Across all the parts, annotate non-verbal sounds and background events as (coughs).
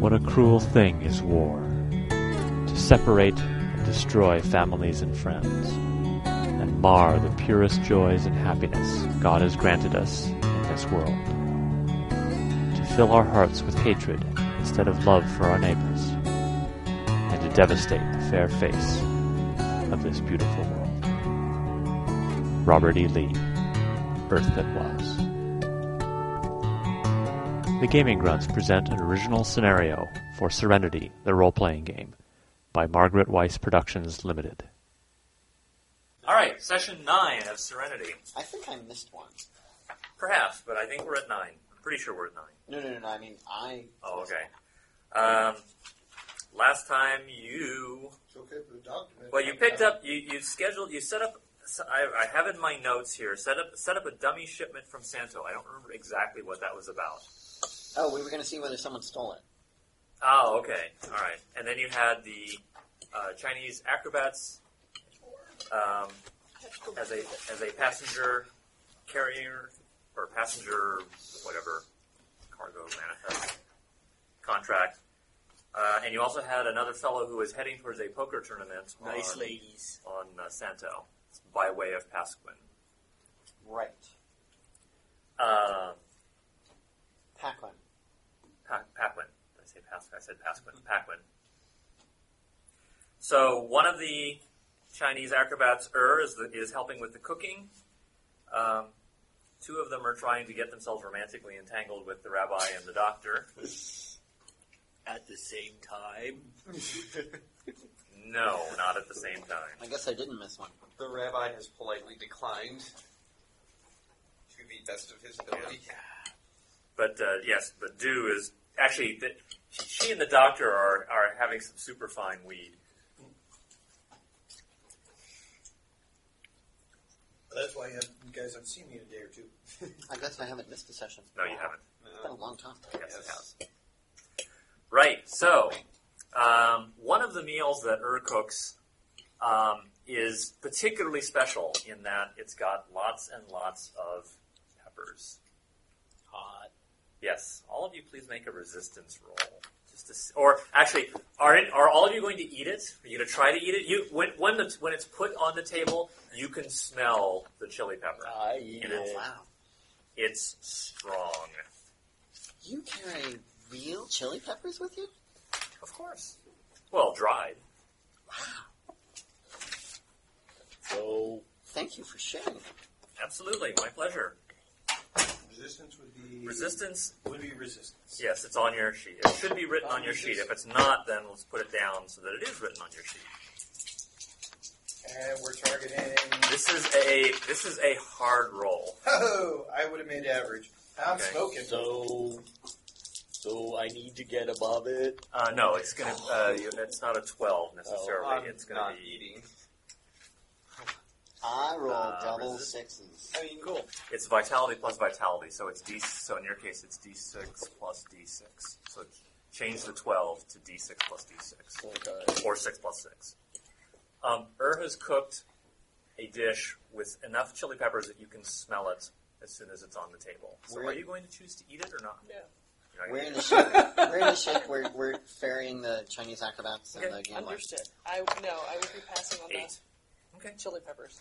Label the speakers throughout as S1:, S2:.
S1: What a cruel thing is war to separate and destroy families and friends, and mar the purest joys and happiness God has granted us in this world. To fill our hearts with hatred instead of love for our neighbors, and to devastate the fair face of this beautiful world. Robert E. Lee, Earth That Was. The Gaming Grunts present an original scenario for Serenity, the role playing game, by Margaret Weiss Productions Limited. All right, session nine of Serenity.
S2: I think I missed one.
S1: Perhaps, but I think we're at nine. I'm pretty sure we're at nine.
S2: No, no, no, no. I mean, I.
S1: Oh, okay. Um, last time you
S3: It's okay for the dog to.
S1: Well, you picked up. You you scheduled. You set up. so I, I have in my notes here. Set up set up a dummy shipment from Santo. I don't remember exactly what that was about.
S2: Oh, we were going to see whether someone stole it.
S1: Oh, okay, all right. And then you had the uh, Chinese acrobats um, as a as a passenger carrier or passenger whatever cargo manifest contract. Uh, and you also had another fellow who was heading towards a poker tournament. on-
S4: Nice ladies.
S1: on uh, Santo by way of Pasquin.
S2: Right.
S1: Uh,
S2: Paquin.
S1: pa- Paquin. Did I say Pasquin? I said Pasquin. Paquin. So one of the Chinese acrobats, Er, is, the, is helping with the cooking. Um, two of them are trying to get themselves romantically entangled with the rabbi and the doctor.
S4: At the same time,
S1: No, not at the same time.
S2: I guess I didn't miss one.
S5: The rabbi has politely declined to the best of his ability.
S1: But uh, yes, but do is actually the, she and the doctor are, are having some superfine weed.
S3: That's why you, have, you guys haven't seen me in a day or two.
S2: I guess I haven't missed a session.
S1: No, you haven't.
S2: It's been a long time.
S1: Yes, it
S5: Yes.
S1: has. Right. So, um, one of the meals that Ur cooks um, is particularly special in that it's got lots and lots of peppers.
S4: hot.
S1: Yes. All of you, please make a resistance roll. Just to, s- or actually, are it, are all of you going to eat it? Are you going to try to eat it? You when when the, when it's put on the table, you can smell the chili pepper.
S4: I eat
S1: It
S2: Oh,
S1: is.
S4: it.
S2: wow.
S1: It's strong.
S2: You carry real chili peppers with you?
S1: Of course. Well, dried.
S4: So
S2: Thank you for sharing.
S1: Absolutely, my pleasure.
S3: Resistance would be
S1: Resistance
S3: would be resistance.
S1: Yes, it's on your sheet. It should be written on your sheet. If it's not, then let's put it down so that it is written on your sheet.
S3: And we're targeting.
S1: This is a this is a hard roll.
S3: Oh, I would have made average. I'm
S1: Okay.
S3: smoking.
S4: so so I need to get above it.
S1: Uh, no, it's gonna. Uh, you- it's not a twelve necessarily.
S3: I'm
S1: it's gonna
S5: Oh, not
S1: be.
S5: eating.
S2: I roll
S1: Uh,
S2: double
S1: resist-
S2: sixes.
S3: I mean, cool.
S1: It's vitality plus vitality, so it's d. So in your case, it's d six plus d six. So change the twelve to d six plus d six.
S4: Okay.
S1: or six plus six. Um, Ur has cooked a dish with enough chili peppers that you can smell it as soon as it's on the table. So
S2: Where-
S1: are you going to choose to eat it or not? Yeah.
S2: We're in the ship.
S1: (laughs)
S2: We're in the ship. We're, we're ferrying the Chinese acrobats and the
S1: Okay,
S2: gambler.
S6: Understood. I no, I would be passing on
S1: Eight. Okay.
S6: the chili peppers.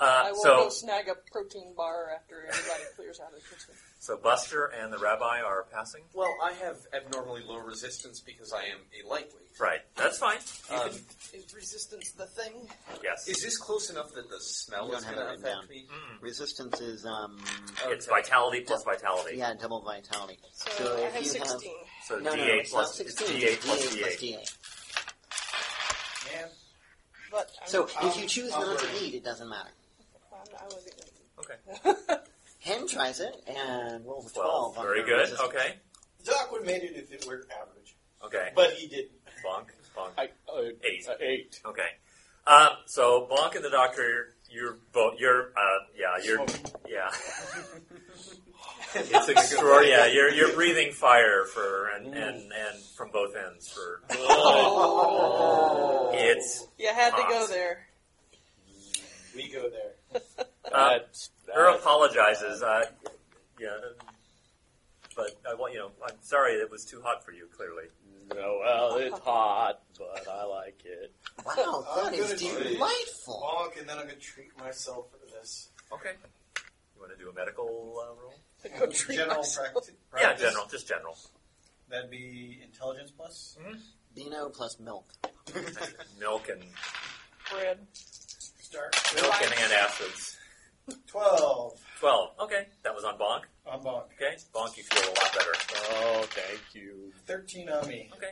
S6: I
S1: Uh,
S6: will go
S1: so,
S6: snag a protein bar after everybody clears out of the kitchen.
S1: so Buster and the rabbi are passing.
S5: Well, I have abnormally low resistance because I am a lightweight.
S1: Right. That's fine. You
S5: Um,
S1: can,
S6: Is resistance the thing?
S1: yes.
S5: is this close enough that the
S2: You
S5: smell
S2: don't
S5: is
S2: have it
S5: going to
S2: written
S5: affect
S2: down.
S5: me?
S1: Mm.
S2: Resistance is, um,
S1: It's vitality plus vitality.
S2: yeah, double vitality.
S6: So,
S2: So
S6: I
S2: if
S6: have
S2: you have-
S6: sixteen.
S1: So
S2: No,
S1: D8
S2: no, it's not
S1: plus it's
S2: 16.
S1: D8 plus
S2: D8
S1: D8.
S2: D8.
S3: Man,
S6: But I'm,
S2: So
S3: I'll-
S2: if you choose
S3: I'll
S2: not to
S3: learn.
S2: eat, Um, it doesn't matter.
S6: I'm, I wasn't
S1: Okay.
S6: gonna. Okay.
S2: Hen tries it and rolls a 12.
S1: Twelve.
S2: on
S1: Very
S2: her
S1: good.
S2: resistance.
S1: Okay.
S3: Doc would have made it if it were average.
S1: Okay.
S3: But he didn't.
S1: Bonk. Bonk.
S4: I uh,
S1: Eight.
S4: uh, eight.
S1: Okay. Um, so Bonk and the Doctor, you're both, you're, uh, yeah, you're,
S4: (laughs)
S1: yeah.
S5: (laughs)
S1: it's extraordinary. Yeah, you're, you're breathing fire for, and, and, and from both ends for,
S3: Oh.
S1: it's,
S6: (laughs) you had to go
S1: Awesome.
S6: there.
S3: We go there.
S1: uh,
S4: That's,
S1: her
S5: (laughs)
S4: that's
S1: apologizes, uh, yeah, But I want you know, I'm sorry it was too hot for you. Clearly,
S7: No, well, Oh,
S6: (laughs)
S7: it's hot, but I like it.
S3: (laughs)
S2: Wow, that
S3: I'm
S2: is
S3: gonna-
S2: delightful.
S3: Bonk, and then I'm gonna treat myself for this.
S1: okay. You want to do a medical uh, roll?
S6: Go treat
S3: general
S6: myself.
S3: practi-
S1: Yeah,
S3: practice.
S1: general, just general.
S3: That'd be intelligence plus.
S2: Beano plus milk.
S1: Milk and
S6: Bread.
S3: Start.
S1: milk and antacids.
S3: Twelve
S1: Twelve. Okay, that was on Bonk.
S3: on bonk.
S1: Okay, Bonk, you feel a lot better.
S7: Oh, thank you.
S3: Thirteen on me.
S1: Okay.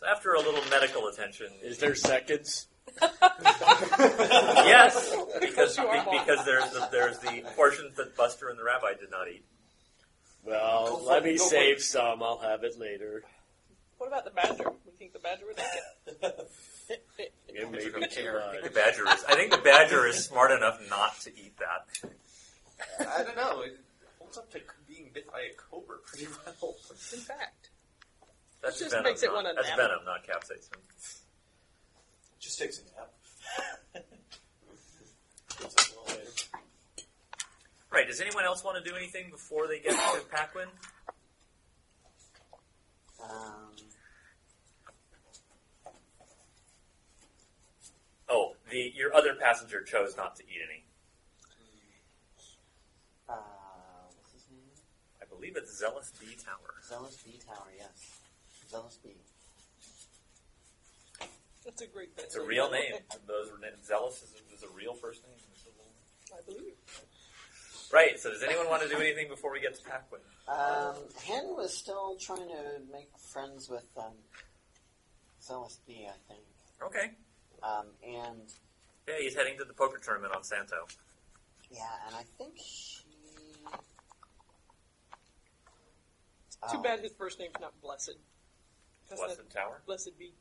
S1: So after a little medical attention,
S7: Is there seconds?
S1: yes, because
S6: You are Bonk.
S1: because there's the, there's the portions that Buster and the Rabbi did not eat.
S7: Well,
S5: Go for
S7: let
S5: it,
S7: me
S5: go for
S7: save some. Um, I'll have it later.
S6: What about the badger? We think the badger would like it.
S7: It may
S5: It's
S7: be too
S5: okay.
S1: I think the
S7: much.
S1: badger is. I think the badger is smart enough not to eat that.
S5: I don't know. It holds up to being bit by a cobra pretty well. (laughs)
S6: In fact,
S1: That's
S6: It just
S1: venom.
S6: makes it
S1: not-
S6: wanna
S1: that's
S6: nap.
S1: venom, not capsaicin.
S3: (laughs) Just takes a nap.
S1: Right. Does anyone else want to do anything before they get (coughs) to Paquin?
S2: Um,
S1: Oh, the your other passenger chose not to eat any.
S2: uh, what's his name?
S1: I believe it's Zealous B Tower.
S2: Zealous B Tower, yes. Zealous B.
S6: that's a great
S1: It's a real name. Those were named- Zealous is a, is a real first name.
S6: I believe.
S1: Right. So does anyone want to do anything before we get to Paquin?
S2: Um, Hen was still trying to make friends with um, Zealous B, I think.
S1: Okay.
S2: Um, and
S1: Yeah, he's heading to the poker tournament on Santo.
S2: yeah, and I think she.
S6: Too
S2: Oh,
S6: bad his first name's not Blessed. 'Cause
S1: Blessed
S6: that-
S1: Tower.
S6: blessed be.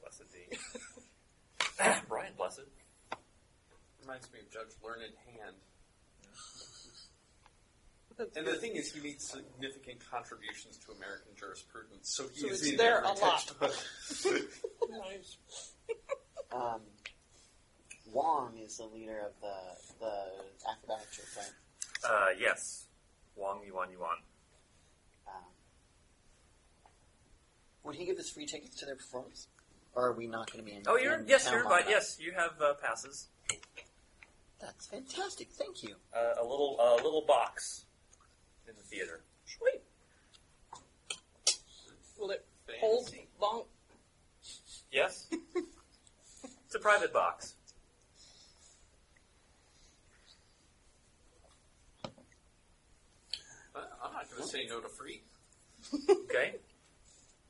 S1: Blessed (laughs) D. Brian Blessed.
S5: Reminds me of Judge Learned Hand. And
S6: So
S5: the thing is, he made significant contributions to American jurisprudence, so he is
S6: it's
S5: in
S6: there
S5: every
S6: a lot.
S5: textbook.
S6: Nice.
S2: Um, Wong is the leader of the the acrobatic troop, right?
S1: Uh, yes. Wong Yuan Yuan.
S2: Um, would he give us free tickets to their performance? Or are we not going to be in?
S1: Oh, you're
S2: in
S1: yes,
S2: town
S1: you're
S2: long
S1: invited.
S2: enough?
S1: Yes, you have uh, passes.
S2: That's fantastic. Thank you.
S1: Uh, a little a little box in the theater.
S6: Sweet. Will it (laughs) hold bonk?
S1: Yes. it's a private box.
S5: Uh, I'm not going to say no to free.
S1: Okay.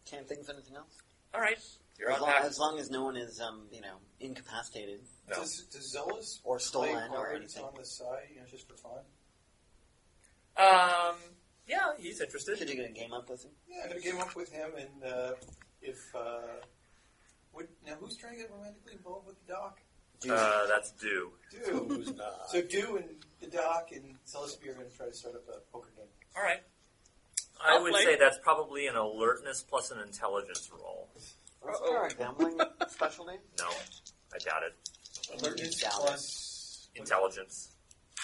S2: Can't think of anything else.
S1: All right. You're
S2: As
S1: on
S2: long,
S1: pack.
S2: as long as no one is, um, you know, incapacitated
S1: No.
S3: Does, does Zealous
S2: or
S3: play
S2: stolen or
S3: cards
S2: anything.
S3: on the side, you know, just for fun?
S1: Um. Yeah, he's
S2: Could
S1: interested.
S2: you get a game up with him?
S3: Yeah, I'm gonna game up with him, and uh, if uh, would, now who's trying to get romantically involved with the doc?
S2: Dude,
S1: Uh, that's due.
S2: (laughs)
S3: Do
S7: Who's not?
S3: so. Do and the doc and Celestia are gonna try to start up a poker game.
S1: All right. I
S6: I'll
S1: would
S6: play.
S1: say that's probably an alertness plus an intelligence roll.
S2: was there a
S1: (laughs)
S2: gambling specialty?
S1: No, I doubt it.
S3: Alertness
S2: Doubt it.
S3: plus
S1: Intelligence.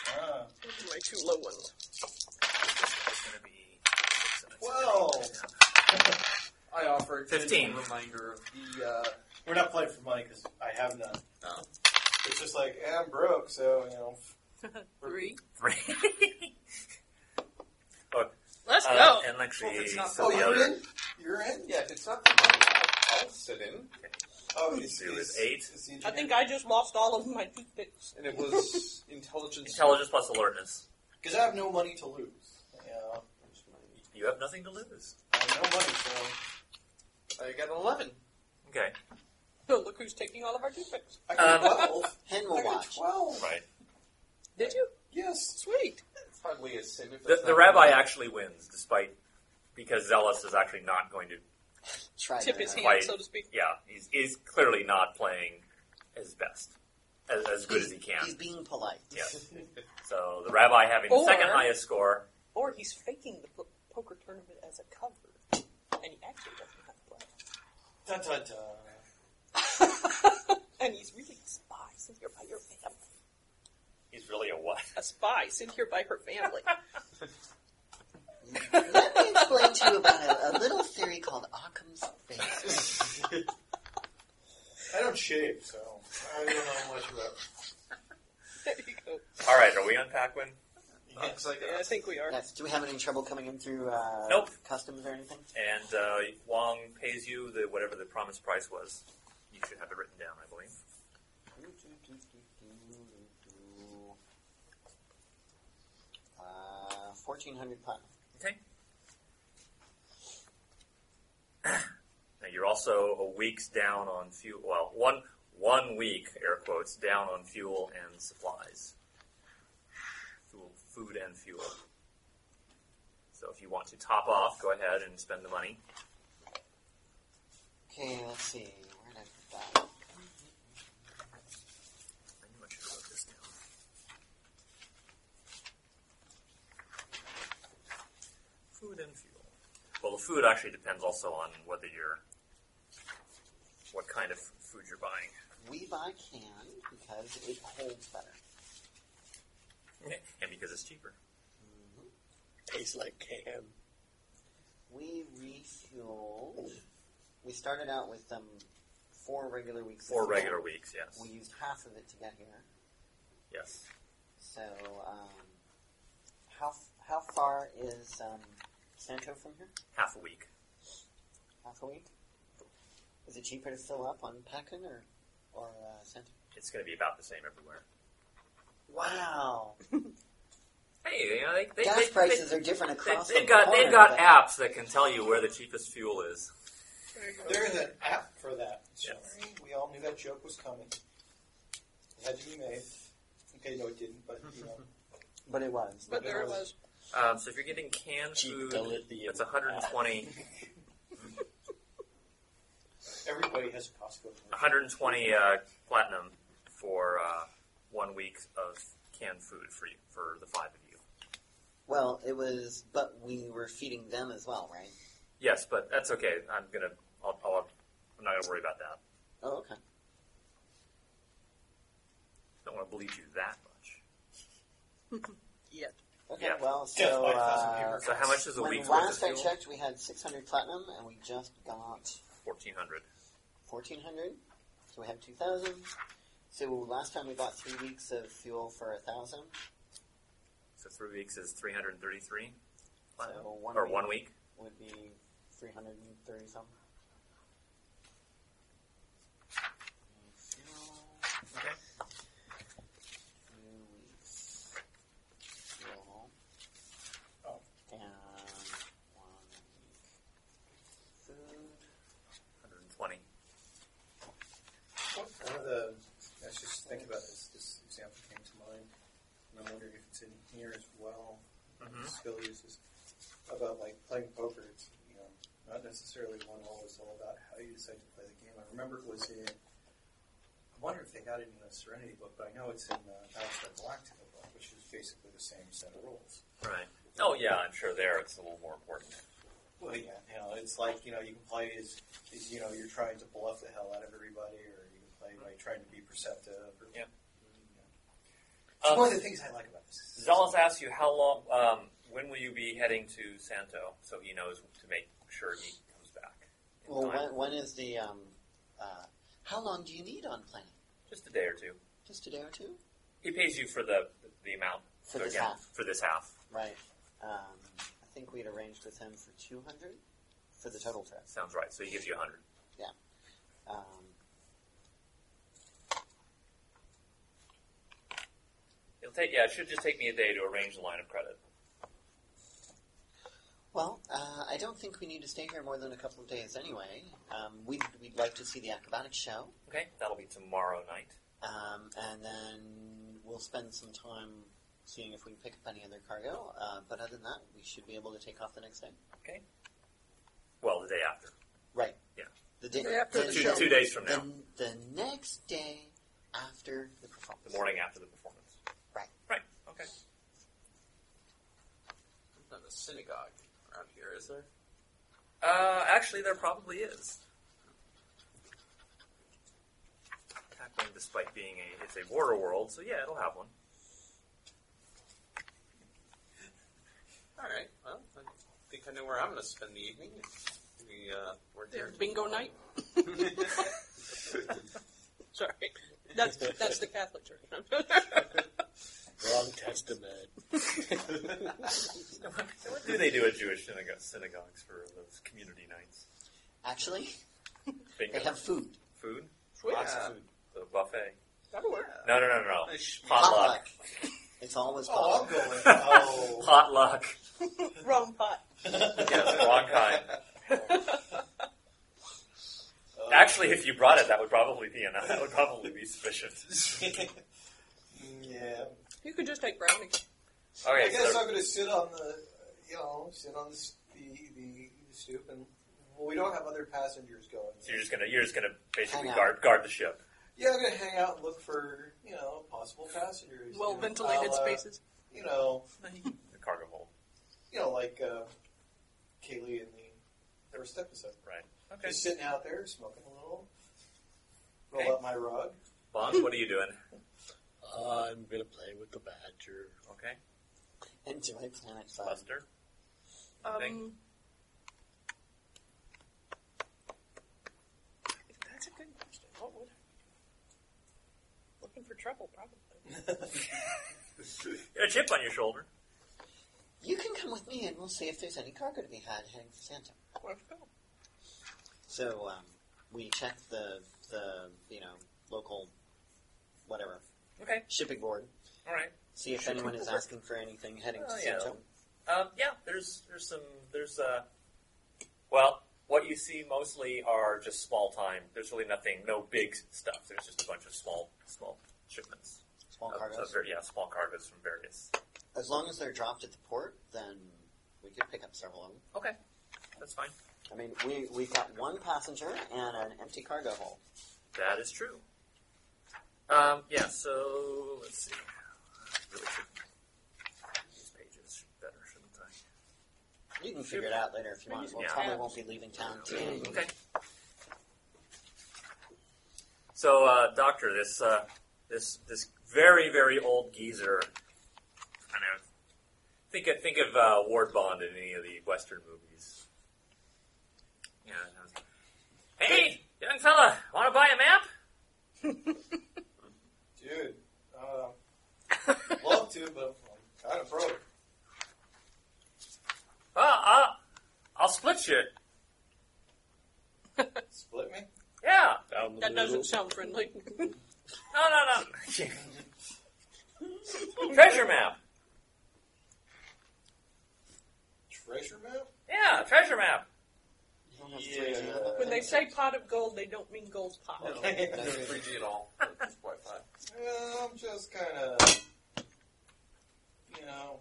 S3: Ah,
S6: Those are my two low ones.
S1: It's gonna be.
S3: Twelve.
S5: I offer a
S1: Fifteen.
S5: gentle reminder of the. Uh,
S3: We're not playing for money because I have none.
S2: Oh.
S5: No.
S3: It's just like eh, I'm broke, so you know.
S6: Three.
S1: Three.
S6: Let's
S1: Uh,
S6: go.
S1: and actually,
S5: Well, if it's not
S1: so
S5: the
S1: the
S5: other-
S3: you're
S1: other
S3: in. You're in.
S5: yeah, if it's not the money, I'll, I'll sit in.
S3: Oh, it's,
S1: It was
S3: it's-
S1: eight.
S3: it's the
S6: I
S3: engineer.
S6: think I just lost all of my toothpicks. (laughs)
S5: And it was intelligence.
S1: intelligence plus alertness.
S3: Because I have no money to lose. You know,
S1: You have nothing to lose.
S3: I have no money, so
S5: I got an 11.
S1: Okay.
S6: So look who's taking all of our toothpicks.
S3: I
S5: Uh,
S3: got
S1: Um,
S3: twelve.
S5: (laughs)
S2: Hen
S3: I
S2: will
S3: got
S2: watch.
S3: twelve.
S1: Right.
S6: Did you?
S3: Yes.
S6: Sweet.
S5: It's hardly a sin if
S1: The,
S5: it's
S1: the
S5: not
S1: rabbi
S5: money.
S1: actually wins, despite because Zealous is actually not going to.
S2: Try
S6: Tip
S2: that
S6: his
S2: out.
S6: hand,
S1: Quite.
S6: so to speak.
S1: Yeah, he's, he's clearly not playing his best, as, as good as he
S2: He's
S1: can.
S2: being polite.
S1: Yes. So the rabbi having the
S6: Or-
S1: second highest score.
S6: Or he's faking the po- poker tournament as a cover, and he actually doesn't have blood.
S3: Dun, dun, dun.
S6: (laughs) and he's really a spy sent here by your family.
S1: He's really a what?
S6: (laughs) A spy sent here by her family.
S2: talk to you about a, a little theory called Occam's Razor.
S3: I don't shave, so I don't know much about.
S5: (laughs)
S6: (laughs) There you go.
S1: All right, are we on Paquin?
S5: Looks like
S6: Yeah, I think we are.
S2: Yes. Do we have any trouble coming in through uh,
S1: Nope.
S2: customs or anything?
S1: And uh, Wong pays you the whatever the promised price was. You should have it written down, I believe.
S2: Uh, 1400 pounds.
S1: Okay. now you're also a week's down on fuel. Well, one one week, air quotes, down on fuel and supplies. Fuel, food and fuel. So if you want to top off, go ahead and spend the money.
S2: Okay, let's see. Where did I put that?
S1: I knew I should have wrote this down. Food and fuel. Well, the food actually depends also on whether you're what kind of food you're buying.
S2: We buy can because it holds better.
S1: And because it's cheaper.
S2: Mm-hmm.
S7: Tastes like can.
S2: We refueled. We started out with um, four regular weeks. of
S1: Four
S2: fuel.
S1: regular weeks, yes.
S2: We used half of it to get here.
S1: Yes.
S2: So, um, how f- how far is um, Santo from here?
S1: Half a week.
S2: Half a week. Is it cheaper to fill up on Pekin or or uh, Santo?
S1: It's going to be about the same everywhere.
S2: Wow,
S1: Hey, you know, they, they,
S2: gas
S1: they,
S2: prices
S1: they,
S2: are different
S1: they,
S2: across.
S1: they've
S2: the
S1: got,
S2: board,
S1: they've got
S2: but-
S1: apps that can tell you where the cheapest fuel is.
S3: There is an app for that. Sorry,
S1: Yes.
S3: we all knew that joke was coming. It had to be made. Okay, no, it didn't, but you know.
S2: but it was.
S6: But there it was.
S1: Um, so if you're getting canned
S7: Cheap
S1: food,
S7: delivery.
S1: it's 120
S3: Everybody has a Costco.
S1: 120 uh, platinum for uh, one week of canned food for you, for the five of you.
S2: Well, it was, but we were feeding them as well, right?
S1: Yes, but that's okay. I'm gonna. I'll, I'll, I'm not gonna worry about that.
S2: Oh, okay.
S1: Don't want to bleed you that much.
S6: Yeah.
S2: Okay,
S1: Yeah.
S2: well,
S3: Death
S2: so
S3: by thousand
S2: uh,
S3: paper
S1: So how much is a
S2: when
S1: week's worth of
S2: last I
S1: fuel?
S2: checked, we had 600 platinum, and we just got
S1: 1400.
S2: 1400. So we have 2000. So last time we got three weeks of fuel for a thousand.
S1: So three weeks is 333 platinum,
S2: So one
S1: or
S2: week
S1: one week.
S2: would be 330 something.
S1: Okay.
S2: Two weeks. Fuel.
S3: Oh.
S2: And one
S1: 120.
S2: week. Food.
S3: One of the, I was just thinking about this, this example came to mind, and I'm wondering if it's in here as well.
S1: Mhm.
S3: Skill uses about like playing poker. It's you know not necessarily one hole. It's all about how you decide to play the game. I remember it was in. I wonder if they got it in the Serenity book, but I know it's in uh, the Battlestar Galactica book, which is basically the same set of rules.
S1: Right. Oh yeah, I'm sure there it's a little more important.
S3: Well, yeah, you know, it's like you know, you can play as, as you know, you're trying to bluff the hell out of everybody, or you can play by trying to be perceptive. Or,
S1: Yeah.
S3: It's one of
S1: Um,
S3: the things I like about this. is-
S1: Zealous asks you how long. Um, when will you be heading to Santo? So he knows to make sure he comes back. in
S2: Well,
S1: time.
S2: when, when is the um? Uh, how long do you need on planning?
S1: Just a day or two.
S2: Just a day or two,
S1: He pays you for the the amount So
S2: For this
S1: again,
S2: half.
S1: For this half,
S2: right? Um, I think we'd arranged with him for two hundred for the total trip.
S1: sounds right. So he gives you a hundred.
S2: Um,
S1: It'll take yeah. It should just take me a day to arrange the line of credit.
S2: well, uh, I don't think we need to stay here more than a couple of days anyway. Um, we'd we'd like to see the acrobatic show,
S1: Okay, that'll be tomorrow night.
S2: um, and then we'll spend some time seeing if we can pick up any other cargo. Uh, but other than that, we should be able to take off the next day.
S1: Well, the day after.
S2: Right.
S1: Yeah.
S2: The day
S6: Day after the
S1: Two,
S6: show.
S1: two days from now,
S2: the, the next day after the performance.
S1: the morning after the performance.
S2: Right.
S1: Right. Okay.
S5: There's not a synagogue around here, is there?
S1: Uh, actually, there probably is. Tackling, despite being a, it's a border world, so yeah, it'll have one.
S5: All right. Well, I think I know where I'm going to spend the evening. We uh, work
S6: There's
S5: here.
S6: bingo night. (laughs) Sorry, that's that's the Catholic church. (laughs)
S7: Wrong testament.
S1: What do they do at Jewish synago- synagogues for those community nights?
S2: Actually,
S1: Bingo.
S2: they have food.
S1: food?
S6: Sweet.
S1: Lots
S5: Yeah.
S1: of food. The buffet.
S6: That'll work.
S1: No, no, no, no. no.
S5: Nice.
S1: Potluck.
S2: It's always
S3: Oh,
S2: potluck.
S3: I'm going. Oh,
S1: (laughs) Potluck.
S6: (laughs) Wrong pot.
S1: Yes, wrong kind.
S5: (laughs)
S3: Uh,
S1: Actually, if you brought it, that would probably be enough. That would probably be sufficient.
S3: yeah.
S6: (laughs) You could just take brownies.
S3: I
S1: Okay,
S3: guess
S1: so
S3: I'm going to sit on the, you know, sit on the s- the, the stoop, and well, we don't have other passengers going.
S1: So you're just gonna you're just gonna basically
S2: Hang out.
S1: guard guard the ship.
S3: Yeah, I'm going to hang out and look for, you know, possible passengers.
S6: Well
S3: you know,
S6: ventilated
S3: a
S1: uh,
S3: la,
S6: spaces.
S3: You know,
S1: (laughs) The cargo hold.
S3: you know, like uh, Kaylee in the first episode.
S1: Right. Okay.
S3: Just sitting out there smoking a little. Roll
S1: Okay.
S3: up my rug.
S1: Bonds, what are you doing?
S7: I'm gonna play with the badger.
S1: Okay.
S2: And do I Planet Five?
S1: Buster.
S6: Um,
S1: Thing.
S6: that's a good question. What would I be doing? Looking for trouble, probably.
S1: You got a chip on your shoulder.
S2: You can come with me, and we'll see if there's any cargo to be had heading for Santa.
S6: Let's go.
S2: So um, we check the the you know local whatever
S1: Okay.
S2: shipping board,
S1: All right.
S2: see if anyone is asking for anything heading
S1: Oh,
S2: to
S1: yeah.
S2: Santo.
S1: Um, yeah, there's there's some there's uh, well, what you see mostly are just small time. There's really nothing, no big stuff. There's just a bunch of small small shipments.
S2: Small
S1: of- of
S2: cargoes.
S1: ver- yeah, small cargoes from various.
S2: As long as they're dropped at the port, then we could pick up several of them.
S1: Okay, (laughs) that's fine.
S2: I mean, we we've got one passenger and an empty cargo hold.
S1: That is true. Um, yeah. So let's see. Really should these pages should be better, shouldn't I?
S2: You can figure it out later if you want. We'll
S1: Yeah.
S2: probably won't be leaving town till
S1: Okay. So, uh, doctor, this uh, this this very very old geezer. I know. Think of, think of uh, Ward Bond in any of the Western movies. Yeah. that was- Hey, young fella, want to buy a map?
S3: Dude, uh,
S6: (laughs)
S3: love to, but I'm kind of broke.
S1: Uh, uh, I'll split you.
S3: Split me?
S1: Yeah.
S7: Down the
S6: That
S7: middle.
S6: doesn't sound friendly. (laughs)
S1: No, no,
S2: (laughs)
S1: no. treasure map.
S3: Treasure map?
S1: Yeah, treasure map.
S2: You don't have three G on that
S6: when
S1: (laughs)
S3: (laughs)
S6: they
S2: thing?
S6: say pot of gold, they don't mean gold pot.
S5: No, no 3G at all. It's Wi-Fi.
S3: Yeah, I'm just kind of, you know,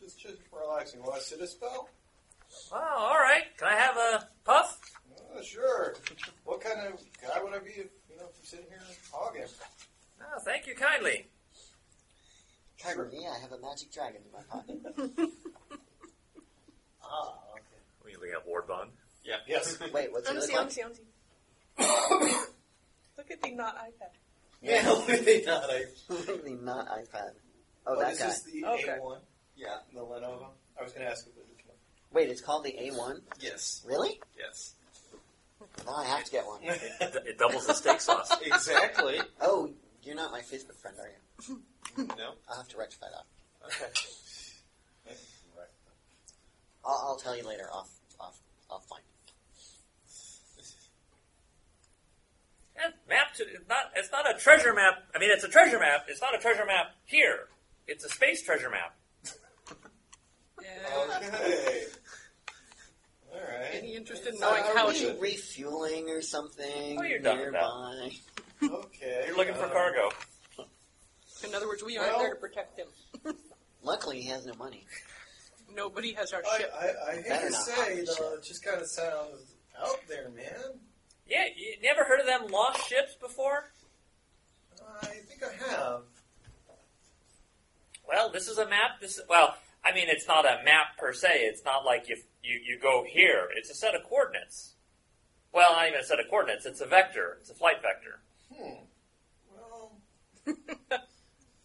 S3: just just relaxing. Want to sit a spell?
S1: Oh, all right. Can I have a puff?
S3: Uh, sure. What kind of guy would I be if, you know, if I'm sitting here hogging?
S1: Oh, thank you kindly.
S2: Cargo, yeah, I have a magic dragon in my pocket.
S3: Ah, okay.
S1: We looking at Ward Bond.
S5: Yeah. (laughs)
S3: Yes.
S2: Wait, what's it look
S6: Umsi,
S2: like?
S6: umsi, umsi. (coughs) Look at the not iPad.
S3: Yeah, really not. I,
S2: (laughs) Literally not iPad. Oh,
S3: well,
S2: that
S3: this
S2: guy.
S3: is the
S6: Okay.
S3: A1,
S5: Yeah.
S3: the Lenovo. I was going to ask if it was
S2: Wait, it's called the A1?
S5: Yes.
S2: Really?
S5: Yes.
S2: Now I have to get
S6: (laughs)
S2: one.
S1: It, it doubles the steak sauce.
S5: Exactly. (laughs)
S2: Oh, you're not my Facebook friend, are you?
S5: no.
S2: I'll have to rectify that.
S5: Okay.
S2: I'll, I'll tell you later off off offline.
S1: Eh, map to it's not. It's not a treasure map. I mean, it's a treasure map. It's not a treasure map here. It's a space treasure map.
S6: Yeah.
S3: Okay. All right.
S6: Any interest in
S3: It's
S6: knowing
S3: not
S6: how
S2: Are
S3: really-
S6: it
S2: you refueling or something
S1: Oh, you're done with that.
S2: nearby?
S3: Okay.
S6: (laughs)
S1: You're looking for
S3: um,
S1: cargo.
S6: In other words, we aren't
S3: Well-
S6: there to protect them.
S2: Luckily, he has no money.
S6: Nobody has our
S3: I,
S6: ship.
S3: I, I hate
S2: Better
S3: to
S2: not
S3: say,
S2: hog the
S3: though, it just kind of sounds out there, man.
S1: Yeah, you never heard of them lost ships before?
S3: I think I have.
S1: Well, this is a map. This well, I mean, it's not a map per se. It's not like if you you go here. It's a set of coordinates. Well, not even a set of coordinates. It's a vector. It's a flight vector.
S3: Hmm. Well,
S6: (laughs)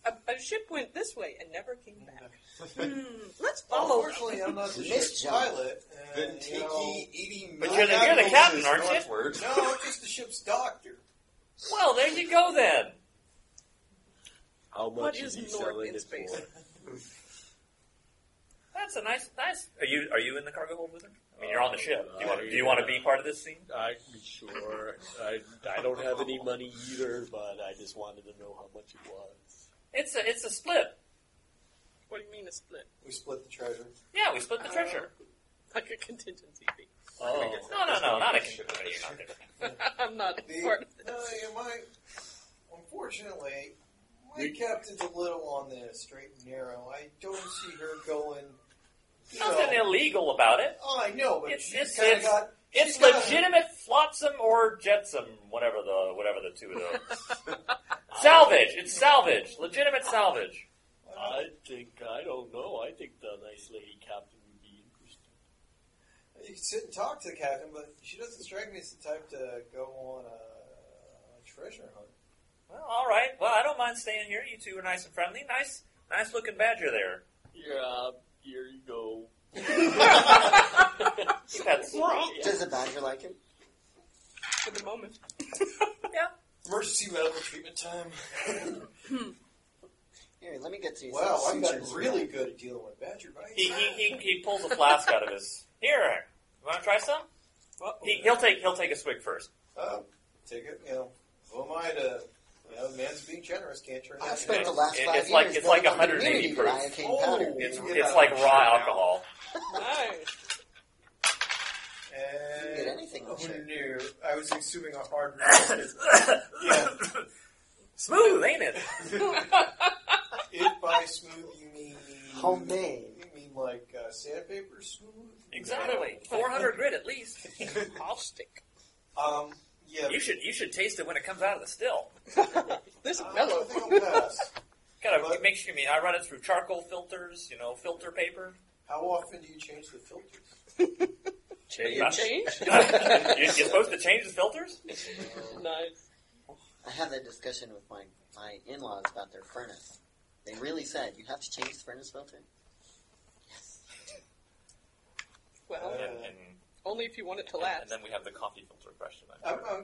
S6: A, a ship went this way and never came
S3: (laughs)
S6: back. Hmm, let's follow. her.
S3: Unfortunately, I'm
S2: (laughs)
S3: not the
S2: Miss
S3: ship's
S2: John.
S3: pilot. and,
S5: (laughs) Then take
S3: you know,
S5: ye eighty
S1: But
S5: nine
S1: you're the- you're the captain,
S5: miles
S1: aren't you?
S5: northward.
S3: No, I'm just the ship's doctor.
S1: Well, there you go then.
S7: How much
S6: (laughs) What
S7: is
S6: is
S7: he
S6: North
S7: selling
S6: in
S7: it
S6: space?
S7: for?
S3: (laughs)
S1: That's a nice, nice. Are you are you in the cargo hold with her? I mean, you're on the ship. Do you want to,
S7: Uh,
S1: do you want to
S7: yeah.
S1: be part of this scene?
S7: I'm sure. I, I don't have any money either, but I just wanted to know how much it was.
S1: It's a it's a split.
S6: What do you mean a split?
S3: We split the treasure.
S1: Yeah, we split the treasure.
S6: Like a contingency fee.
S5: Oh.
S1: No, no, no, not a contingency.
S6: (laughs) I'm not
S3: The, uh,
S6: part of
S3: no,
S6: this.
S3: yeah, my, unfortunately, my
S7: We-
S3: captain's a little on the straight and narrow. I don't see her going. you
S1: Nothing
S3: know,
S1: illegal about it.
S3: Oh, I know, but
S1: It's-
S3: she's
S1: it's-
S3: kind of
S1: it's-
S3: got.
S1: It's
S3: she's got a-
S1: legitimate flotsam or jetsam, whatever the whatever the two of those. (laughs) salvage. It's salvage. Legitimate salvage.
S3: I,
S7: I think, I don't know. I think the nice lady captain would be interested.
S3: you can sit and talk to the captain, but she doesn't strike me as the type to go on a, a treasure hunt.
S1: Well, all right. Well, I don't mind staying here. You two are nice and friendly. Nice, nice looking badger there.
S7: Yeah, here you go.
S1: That's
S2: (laughs) Does the badger like him?
S6: For the moment. (laughs)
S3: Emergency medical treatment time.
S2: Here, let me get to you.
S3: (laughs) Wow,
S2: some
S3: I've gotten
S2: sutures.
S3: really good at dealing with badger bites.
S1: He, he, he, he pulls a flask out of his. Here, you want to try some? He, he'll take he'll take a swig first.
S3: Uh, take it, you know. Who am I to? You know, man's being generous can't turn
S2: I've
S3: that
S2: spent
S3: down.
S2: the last
S1: It-
S2: five
S1: it's like-
S2: years
S1: it's like
S2: building up
S1: 180
S2: immunity to
S1: proof.
S2: Iocane
S3: Oh.
S2: powder.
S1: It's
S3: Yeah,
S1: it's like raw alcohol.
S6: Nice.
S3: And
S2: You get anything
S3: who
S2: with sugar.
S3: knew? I was assuming a hard.
S1: (laughs)
S3: yeah,
S1: Smooth, ain't it?
S3: if by smooth you mean
S2: Homemade.
S3: you mean like uh, sandpaper smooth. (laughs)
S1: Exactly. Four hundred grit at least.
S6: Caustic.
S3: Um, yeah.
S1: You should you should taste it when it comes out of the still.
S6: This is
S3: I
S1: (laughs)
S6: mellow.
S3: think I'll pass.
S1: Gotta
S3: But-
S1: make sure. I mean, I run it through charcoal filters. You know, filter paper.
S3: How often do you change the filters?
S1: (laughs) Not-
S6: Change?
S1: you're, you're supposed to change the filters.
S6: nice.
S2: I had that discussion with my, my in laws about their furnace. They really said you have to change the furnace filter. Yes.
S6: Well,
S3: Uh,
S1: and, and,
S6: only if you want it to
S1: and
S6: last.
S1: then we have the coffee filter question.
S3: i I'm, uh,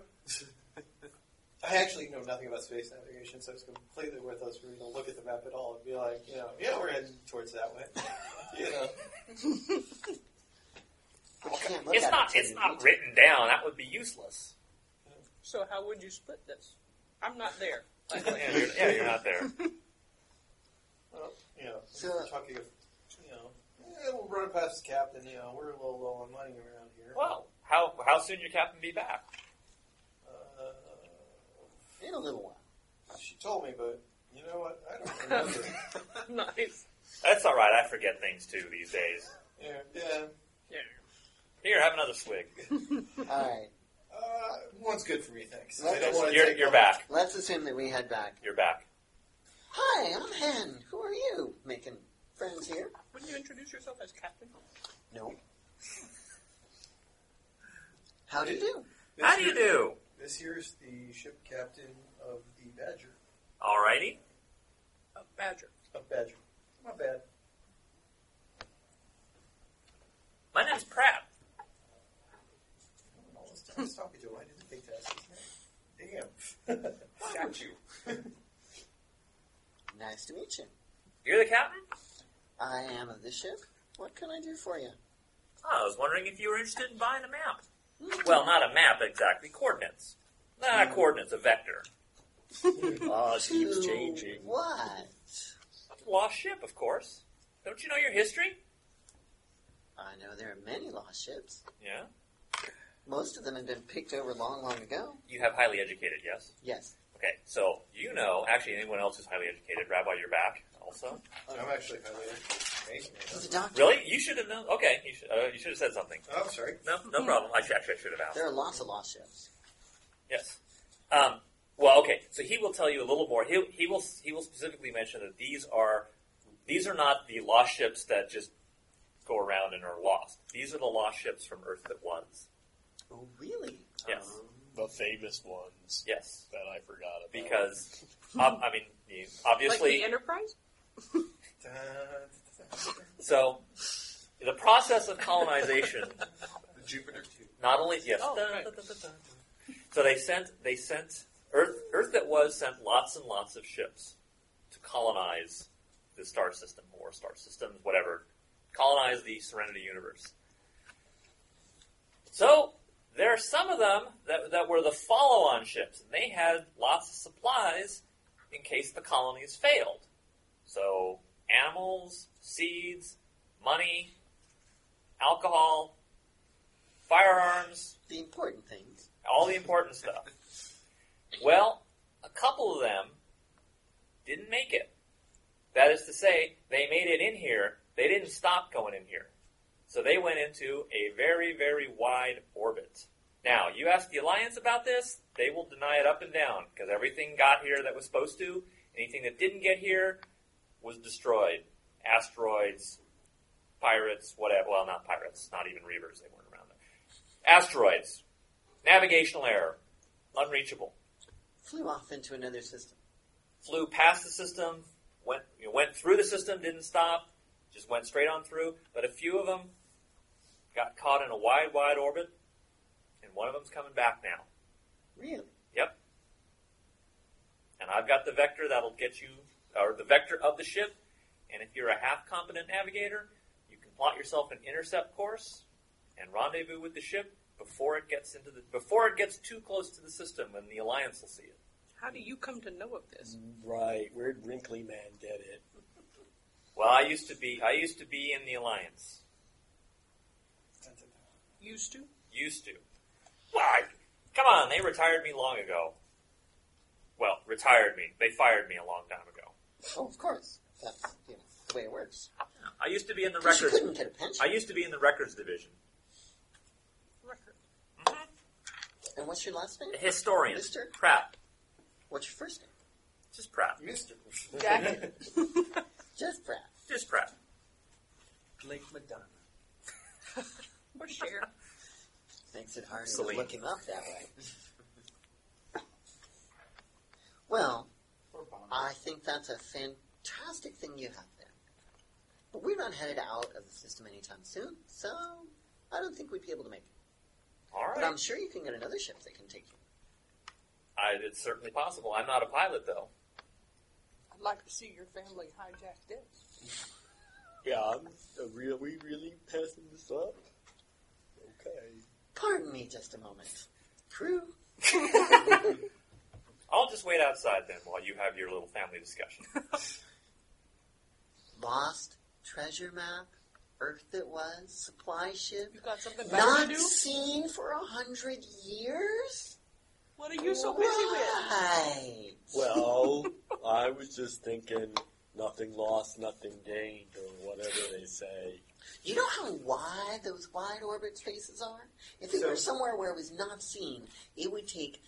S3: (laughs) I actually know nothing about space navigation, so it's completely worthless for me to look at the map at all and be like, you know, yeah, we're heading towards that way. (laughs) you know,
S2: But you can't look
S1: It's
S2: at
S1: not
S2: it
S1: it's not written down. That would be useless.
S6: So how would you split this? I'm not there. (laughs) by the way.
S1: Yeah, you're, yeah, you're not there. (laughs)
S3: you know,
S2: So-
S3: we're talking, of, you know, eh, we'll run past the captain. You know, we're a little low on money around here.
S1: Well, how how soon your captain be back?
S3: Uh,
S2: in a little while.
S3: she told me, but you know what? I don't
S1: (laughs)
S3: remember.
S6: nice.
S1: That's all right. I forget things too these days.
S3: yeah, yeah.
S6: Yeah.
S1: Here, have another swig.
S2: All right.
S3: Uh, one's good for me, thanks. I don't
S2: Let's-
S3: want to
S1: You're,
S3: take
S1: you're
S3: one.
S1: back.
S2: Let's assume that we head back.
S1: You're back.
S2: Hi, I'm Hen. Who are you? Making friends here?
S6: Wouldn't you introduce yourself as captain?
S2: No. How do you do?
S3: This
S1: How do you
S3: here-
S1: do?
S3: This here's the ship captain of the Badger.
S1: Alrighty.
S6: A badger.
S3: Of Badger. My bad.
S1: My name's Pratt.
S3: All this time I was talking to him, I didn't think that's his name. Damn. (laughs)
S1: Why would you?
S2: Nice to meet you.
S1: You're the captain.
S2: I am of the ship. What can I do for you?
S1: Oh, I was wondering if you were interested in buying a map. Well, not a map exactly. Coordinates. Not coordinates. A vector.
S7: Ah, keeps
S2: To
S7: changing.
S2: What?
S1: Lost ship, of course. Don't you know your history?
S2: I know there are many lost ships.
S1: Yeah.
S2: Most of them have been picked over long, long ago.
S1: You have highly educated, yes.
S2: Yes.
S1: Okay, so you know, actually, anyone else who's highly educated, Rabbi, you're back. Also,
S3: I'm actually highly educated.
S2: He's a doctor.
S1: really, you should have known. Okay, you should. Uh, you should have said something.
S3: Oh, I'm sorry.
S1: No,
S6: Hmm.
S1: no problem. I should, actually, I should have asked.
S2: There are lots of lost ships.
S1: Yes. Um, well, okay. So he will tell you a little more. He he will he will specifically mention that these are these are not the lost ships that just go around and are lost. These are the lost ships from Earth that was.
S2: Oh, really?
S1: Yes.
S2: Um,
S7: the famous ones
S1: Yes,
S7: that I forgot about.
S1: because ob- I mean, you- obviously,
S6: Like the Enterprise?
S1: so the process of colonization
S5: The Jupiter 2.
S1: not only yes.
S6: Oh,
S1: Dun,
S6: right.
S1: dun, dun, dun, dun. So they sent they sent Earth Earth that was sent lots and lots of ships to colonize the star system or star systems, whatever, colonize the Serenity universe. So there are some of them that, that were the follow-on ships, and they had lots of supplies in case the colonies failed. So animals, seeds, money, alcohol, firearms,
S2: The important things.
S1: all the important stuff. Well, a couple of them didn't make it. That is to say, they made it in here. They didn't stop going in here. So they went into a very, very wide orbit. Now, you ask the Alliance about this, they will deny it up and down, because everything got here that was supposed to. Anything that didn't get here was destroyed. Asteroids, pirates, whatever. Well, not pirates, not even Reavers, they weren't around there. Asteroids, navigational error, unreachable.
S2: Flew off into another system.
S1: Flew past the system, went you know, went through the system, didn't stop, just went straight on through. But a few of them got caught in a wide, wide orbit, and one of them's coming back now.
S2: Really?
S1: Yep. And I've got the vector that'll get you, or the vector of the ship. And if you're a half competent navigator, you can plot yourself an intercept course and rendezvous with the ship before it gets into the before it gets too close to the system, and the alliance will see it.
S6: How do you come to know of this?
S1: Mm.
S7: Right, where'd Wrinkly Man get it?
S1: Well, I used to be I used to be in the alliance.
S6: Used to?
S1: Used to. Why? Come on, they retired me long ago. Well, retired me. They fired me a long time ago.
S2: Oh, of course. That's you know, the way it works.
S1: I used to be in the
S2: 'Cause you
S1: records.
S2: couldn't get a pension.
S1: I used to be in the records division.
S6: Record.
S1: Mm-hmm.
S2: and what's your last name?
S1: historian.
S2: Mister?
S1: Pratt.
S2: What's your first name?
S1: Just Pratt.
S5: Mr.
S6: Jacket.
S2: Just Brad.
S1: Just Pratt.
S2: Blake Madonna.
S6: (laughs) or share.
S2: Makes it harder
S1: Celine.
S2: to look him up that way. (laughs) well,
S5: Or Bonner.
S2: I think that's a fantastic thing you have there. But we're not headed out of the system anytime soon, so I don't think we'd be able to make it.
S1: All
S2: But I'm
S1: right.
S2: sure you can get another ship that can take you.
S1: I, it's certainly possible. I'm not a pilot, though.
S6: I'd like to see your family hijack this.
S7: Yeah, I'm a real, we really passing this up? Okay.
S2: Pardon me just a moment. Crew,
S1: I'll just wait outside then while you have your little family discussion.
S2: lost treasure map, Earth that was, supply ship,
S6: You got something better to
S2: not
S6: do?
S2: seen for a hundred years?
S6: What are you so busy with?
S2: Right.
S7: Well, I was just thinking nothing lost, nothing gained, or whatever they say.
S2: You know how wide those wide orbit spaces are? If it
S5: So-
S2: were somewhere where it was not seen, it would take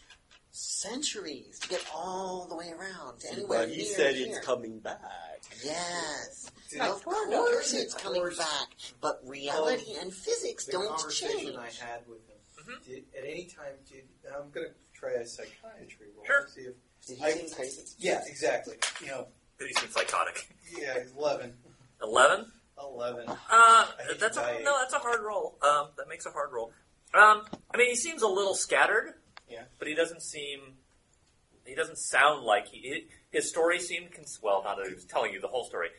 S2: centuries to get all the way around to anywhere
S7: But he
S2: near
S7: said
S2: here.
S7: it's coming back.
S2: Yes.
S5: Did-
S2: Of course it's coming back. But reality and physics
S5: the
S2: don't
S5: conversation
S2: change.
S5: I had with him.
S3: Mm-hmm.
S1: Mhm.
S5: Did, at any time, did
S3: Now I'm going to try a psychiatry role.
S1: Sure.
S3: See if,
S2: Did
S3: I-
S2: he seem crazy?
S3: yeah, exactly. You know,
S1: But he seems psychotic.
S3: yeah, 11.
S1: Eleven?
S3: 11.
S1: Uh,
S3: think
S1: that's a,
S3: I-
S1: no, that's a hard roll. Um, that makes a hard roll. Um, I mean, he seems a little scattered.
S3: Yeah.
S1: But he doesn't seem. He doesn't sound like he. he- His story seemed cons- well. Not that he was telling you the whole story.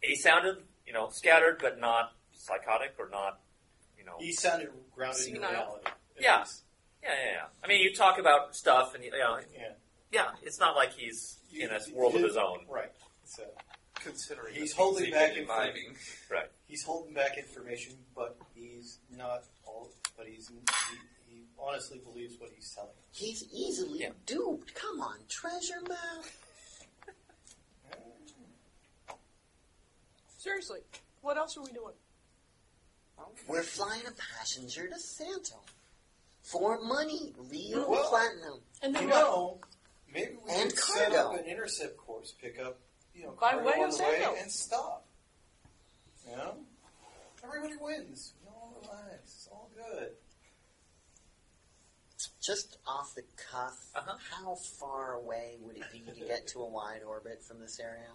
S1: He sounded, you know, scattered, but not psychotic or not, you know.
S3: He sounded grounded
S6: Senile.
S3: in reality. at
S1: Yeah.
S3: least.
S1: Yeah, yeah, yeah. I mean, you talk about stuff, and you know,
S3: Yeah.
S1: yeah, it's not like he's in a world of his own.
S3: Right. So
S5: considering
S3: He's
S5: the
S3: holding
S5: things
S3: back
S5: they've been
S3: info-
S5: imbibing,
S3: he's holding back information, but he's not all. But he's he, he honestly believes what he's telling.
S2: He's easily
S1: Yeah.
S2: duped. Come on, treasure map.
S6: Seriously, what else are we doing?
S2: We're flying a passenger to Santo. For money, real
S3: Well-
S2: platinum.
S6: And
S3: You
S6: then what?
S3: know, maybe we
S2: And
S3: could set up
S2: cargo.
S3: an intercept course, pick up you know
S6: By
S3: cargo
S6: way
S3: on
S6: of
S3: the way
S6: Sandow.
S3: and stop. You know, everybody wins. We all relax. It's all good.
S2: Just off the cuff,
S1: Uh-huh.
S2: how far away would it be to get to a wide orbit from this area?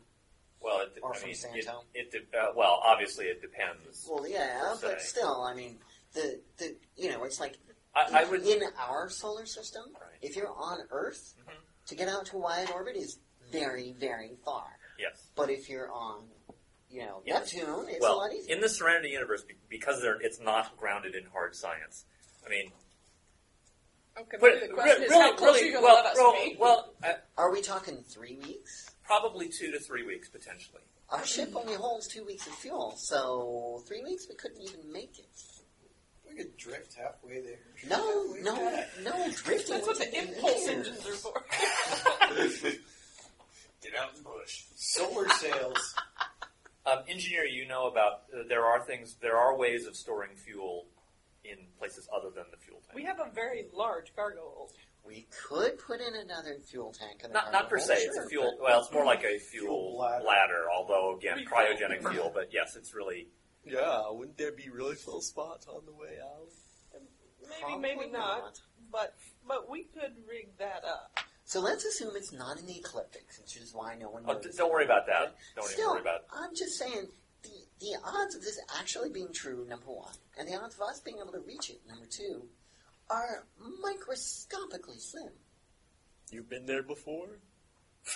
S1: Well, it,
S2: Or
S1: I
S2: from
S1: mean, it,
S2: Santo.
S1: it de- uh, well, obviously it depends.
S2: Well, yeah,
S1: Per
S2: but
S1: se.
S2: still, I mean, the the you know, it's like
S1: I, I would.
S2: in our solar system,
S1: Right.
S2: if you're on Earth,
S1: Mhm.
S2: to get out to a wide orbit is very, very far.
S1: Yes.
S2: But if you're on, you know,
S1: Yeah.
S2: Neptune, it's a
S1: well,
S2: lot easier.
S1: in the Serenity universe, be- because they're, it's not grounded in hard science. I mean,
S6: Okay,
S1: but
S6: maybe
S1: re-
S6: the question
S1: really,
S6: is how close are
S1: really,
S6: you going to
S1: well,
S6: let us
S1: well,
S6: be?
S1: well, uh,
S2: Are we talking three weeks?
S1: probably two to three weeks potentially.
S2: Our ship only holds two weeks of fuel, so three weeks we couldn't even make it.
S3: We could drift halfway there.
S2: No,
S3: Halfway
S2: no,
S3: back.
S2: no drifting.
S6: That's what
S2: would
S6: the
S2: take
S6: impulse
S2: years.
S6: engines are for.
S3: (laughs)
S5: Get out and push.
S3: Solar sails.
S1: Um, engineer, you know about uh, there are things, there are ways of storing fuel in places other than the fuel tank.
S6: (laughs) We have a very large cargo hold.
S2: We could put in another fuel tank. In the
S1: Not, not per
S2: cargo
S1: se.
S2: hold,
S1: It's a
S2: sure,
S1: fuel. Well, it's more like a
S3: Fuel
S1: fuel
S3: bladder.
S1: ladder, although again, cryogenic
S3: (laughs)
S1: fuel. But yes, it's really
S7: Yeah, wouldn't there be really full spots on the way out?
S2: but
S6: Maybe,
S2: probably
S6: maybe not. But but we could rig that up.
S2: So let's assume it's not in the ecliptic, which is why no one
S1: Oh,
S2: knows.
S1: d- don't worry about that. Don't
S2: Still,
S1: even worry about it.
S2: I'm just saying the the odds of this actually being true, number one, and the odds of us being able to reach it, number two, are microscopically slim.
S7: You've been there before?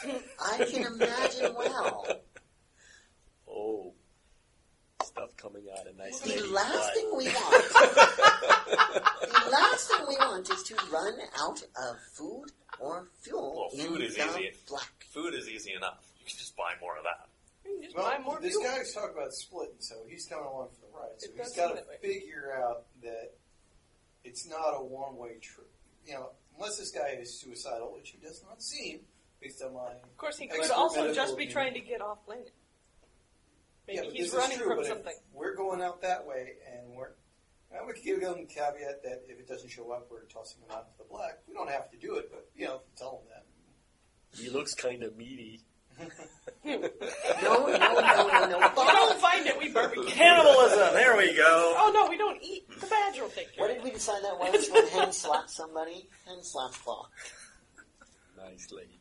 S2: I can
S1: (laughs)
S2: imagine well.
S7: Oh, stuff coming out of nice
S2: The
S7: lady's
S2: last
S7: butt.
S2: thing
S1: (laughs)
S2: we want, the last thing we want is to run out of food or fuel
S1: Well, food
S2: in
S1: is
S2: the
S1: easy.
S2: black.
S1: Food is easy enough. You can just buy more of that.
S6: We can just buy
S3: Well,
S6: more
S3: this
S6: fuel.
S3: guy's talking about splitting, so he's coming along for the ride. So
S6: It
S3: he's
S6: does
S3: got
S6: seem
S3: to
S6: that way.
S3: figure out that it's not a one-way trip. You know, unless this guy is suicidal, which he does not seem, based on my.
S6: Of course, he could
S3: Expert
S6: also
S3: medical
S6: just be
S3: opinion.
S6: trying to get off planet. Maybe
S3: yeah, but
S6: he's
S3: this
S6: running
S3: is true,
S6: from
S3: but if
S6: something.
S3: We're going out that way, and we're. I would give him the caveat that if it doesn't show up, we're tossing him out to the black. We don't have to do it, but you know, tell him that.
S7: He looks kind of meaty.
S2: (laughs) No, no, no,
S3: (laughs)
S2: no, no.
S6: If you don't find it, we barbecue.
S1: Cannibalism. There we go.
S6: Oh no, we don't eat. The badger will take care.
S2: What
S6: of it.
S2: did we decide that (laughs) was when Hen slapped somebody? Hen slapped Claw.
S7: Nice lady.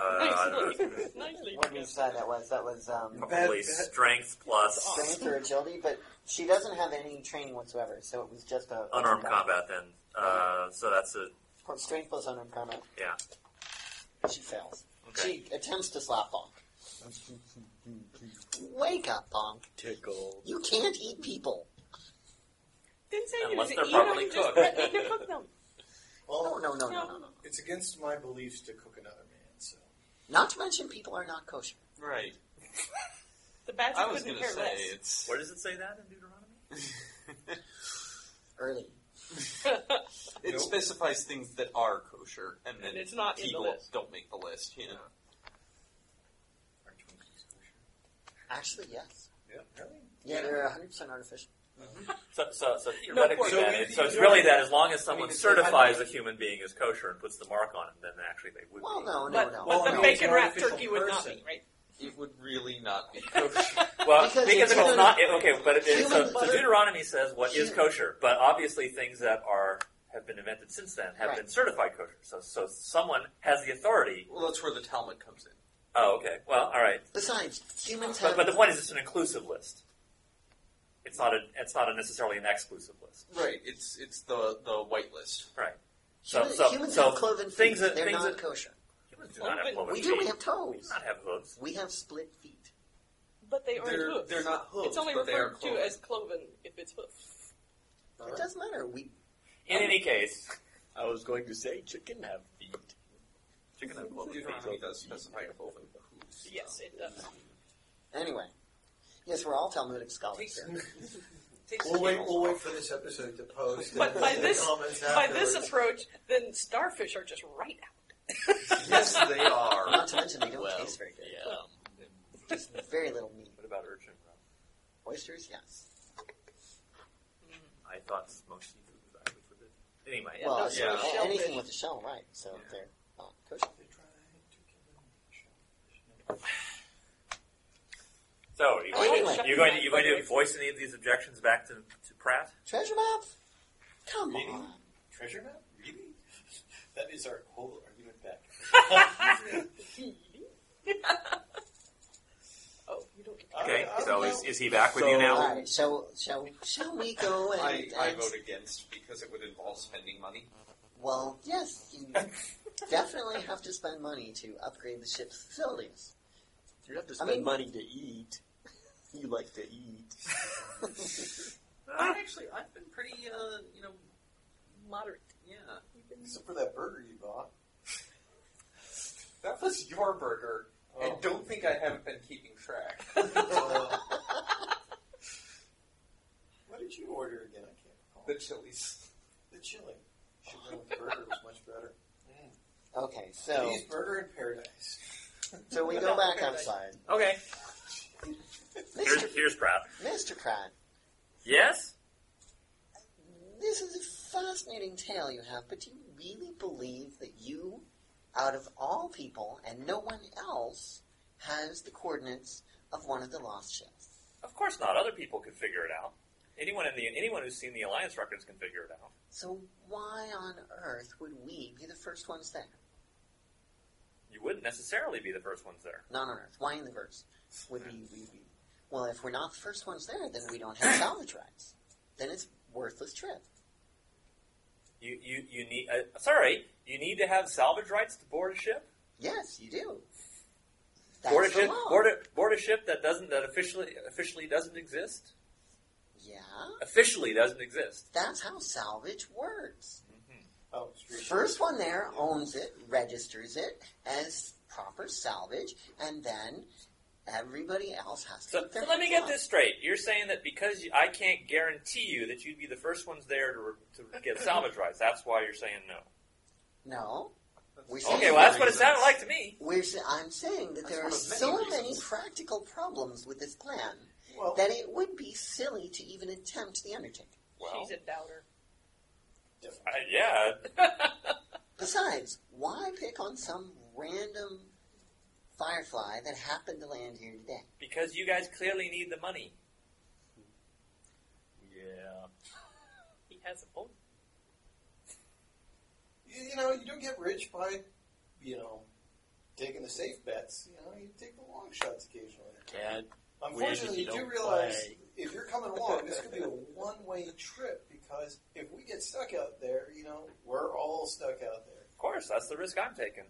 S1: Uh,
S6: Nicely, nicely.
S2: What did we decide that was? That was um,
S1: probably strength plus
S2: strength or agility, but she doesn't have any training whatsoever, so it was just a
S1: unarmed combat. Then, uh, so that's a
S2: Or strength plus unarmed combat.
S1: yeah.
S2: She fails.
S1: Okay.
S2: She attempts to slap Bonk. Wake up, Bonk.
S7: Tickle.
S2: You can't eat people.
S6: Didn't say you
S1: Unless
S6: was
S1: they're
S6: eat
S1: properly
S6: them. Just
S1: cooked.
S6: threatening to cook them.
S2: No,
S3: Well,
S2: Oh, no, no, no, no, no.
S3: it's against my beliefs to cook another man. So
S2: Not to mention people are not kosher.
S5: Right.
S6: The badger
S5: I was
S6: couldn't
S5: going to
S6: care
S5: say (laughs)
S6: less.
S5: it's.
S1: Where does it say that in Deuteronomy?
S2: Early.
S5: It
S3: Nope.
S5: specifies things that are kosher, and then
S6: And it's not in the
S5: people
S6: list.
S5: don't make the list. You know,
S2: Actually, yes.
S3: yeah, really.
S2: Yeah, they're 100% artificial.
S1: So, so, so
S6: No,
S1: theoretically,
S6: of course.
S1: that
S3: So
S1: is,
S3: we-
S1: so it's
S3: we-
S1: really that as long as
S3: I mean,
S1: someone
S3: it's-
S1: certifies a human being as kosher and puts the mark on it, then actually they would.
S2: Well,
S1: be.
S2: no, no,
S6: But,
S2: no.
S3: Well,
S6: but
S3: no,
S6: the
S3: it's an
S6: bacon wrap
S3: artificial
S6: turkey would not
S3: person.
S6: be right.
S5: it would really not be kosher.
S1: Well,
S2: Because
S1: because,
S2: it's
S1: it's,
S2: human-
S1: not it, okay, but it, it, so,
S2: human
S1: so
S2: butter-
S1: Deuteronomy says what is
S2: Human-
S1: kosher, but obviously things that are have been invented since then have
S2: Right.
S1: been certified kosher. So, so someone has the authority.
S5: well, that's where the Talmud comes in.
S1: Oh, okay. Well, all right.
S2: Besides, humans have.
S1: But, but the point is, it's an inclusive list. It's not a. It's not a necessarily an exclusive list.
S5: Right. It's it's the the white list.
S1: Right. So,
S2: humans,
S1: so,
S2: humans
S1: so
S2: have cloven feet.
S1: things that
S2: they're
S1: things
S2: not
S1: that
S2: kosher.
S1: humans do not have
S6: Cloven-
S1: cloven
S2: We do. We
S1: feet.
S2: have
S1: We do
S2: toes.
S1: not have hooves.
S2: We have split feet.
S6: But they aren't
S5: They're
S6: hooves.
S5: they're not hooves.
S6: it's only
S5: but they are
S6: referred to
S5: cloven.
S6: as cloven if it's hooves.
S2: It doesn't matter. We
S1: In any case,
S7: I was going to say chicken have feet.
S5: chicken and cloven. Deuteronomy does specify cloven hooves.
S6: Yes, it does.
S2: anyway. Yes, we're all Talmudic scholars here.
S3: We'll wait. We'll wait for this episode to post.
S6: But
S3: and
S6: by
S3: the
S6: this-
S3: comments
S6: By this
S3: afterwards.
S6: approach, then starfish are just right out.
S5: yes, they are.
S2: Not to mention they don't
S7: Well,
S2: taste very good.
S7: Yeah.
S2: There's very little meat.
S1: what about urchin? Rob?
S2: Oysters, yes.
S1: I thought smoked seafood was actually forbidden. Anyway, yeah,
S2: well,
S1: no,
S2: so
S5: yeah.
S2: a-
S6: Shellfish.
S2: anything with a shell, right? So
S5: Yeah.
S2: they're not kosher.
S3: They tried to kill him.
S1: So are you
S2: Oh,
S1: going
S2: wait.
S1: to you going to you going
S6: (laughs)
S1: to voice any of these objections back to, to Pratt?
S2: Treasure map? Come
S1: Really?
S2: on.
S3: Treasure map? Really? That is our whole argument back.
S6: Oh, you don't get
S1: Okay,
S3: I- I
S1: so
S3: don't
S1: is,
S3: know.
S1: is he back with you
S7: So-
S1: now?
S2: Alright, shall, shall, shall we
S3: (laughs)
S2: go and...
S5: I, I
S2: and-
S5: vote against because it would involve spending money.
S2: Well, yes, you definitely have to spend money to upgrade the ship's facilities.
S7: You have to
S2: I
S7: spend
S2: mean-
S7: money to eat. You like to eat.
S5: I actually, I've been pretty, uh, you know,
S6: moderate.
S5: yeah.
S6: You've been
S3: Except for that burger you bought.
S5: That was your burger, and don't think I haven't been keeping (laughs) track.
S6: (laughs)
S3: Uh, what did you order again? I can't recall.
S5: The chilies.
S3: The chili. Chili burger was much better.
S2: Okay, so
S3: Cheeseburger in paradise.
S2: so we go back outside.
S1: Okay. Here's,
S2: Mr.
S1: here's Pratt.
S2: Mr. Crad,
S1: Yes?
S2: this is a fascinating tale you have, but do you really believe that you, out of all people, and no one else, has the coordinates of one of the lost ships?
S1: Of course not. Other people could figure it out. Anyone in the anyone who's seen the Alliance records can figure it out.
S2: So why on earth would we be the first ones there?
S1: You wouldn't necessarily be the first ones there.
S2: Not on Earth. Why in the verse? Would be, we be. Well, if we're not the first ones there, then
S1: (coughs)
S2: we don't have salvage rights. Then it's worthless trip.
S1: You you, you need uh, sorry. You need to have salvage rights to board a ship.
S2: Yes, you do. That's
S1: Board a
S2: the
S1: ship.
S2: law.
S1: Board a, board a ship that doesn't that officially officially doesn't exist.
S2: Yeah,
S1: Officially doesn't exist.
S2: that's how salvage works.
S3: Oh, street
S2: First one there owns it, registers it as proper salvage, and then everybody else has to.
S1: So,
S2: put
S1: so
S2: their
S1: let me
S2: hands
S1: get
S2: on it.
S1: this straight. You're saying that because you, I can't guarantee you that you'd be the first ones there to, re- to get salvage rights, that's why you're saying no.
S2: No, we say
S1: Okay, well, that's what it sounded like to me.
S2: We're, s- I'm saying that there are
S5: That's
S2: so
S5: one of many
S2: many
S5: reasons.
S2: practical problems with this plan
S3: Well,
S2: that it would be silly to even attempt the undertaking.
S1: Well,
S6: She's a doubter.
S1: I, Uh, yeah,
S2: Besides, why pick on some random firefly that happened to land here today?
S1: (laughs) because you guys clearly need the money.
S7: Yeah.
S6: He has a bone.
S3: you, you know, you don't get rich by, you know, taking the safe bets. You know, you take the long shots occasionally.
S7: Can't.
S3: Unfortunately,
S7: you
S3: you do
S7: don't
S3: realize
S7: play.
S3: if you're coming along, this could be a one-way trip because if we get stuck out there, you know, we're all stuck out there.
S1: Of course, that's the risk I'm taking.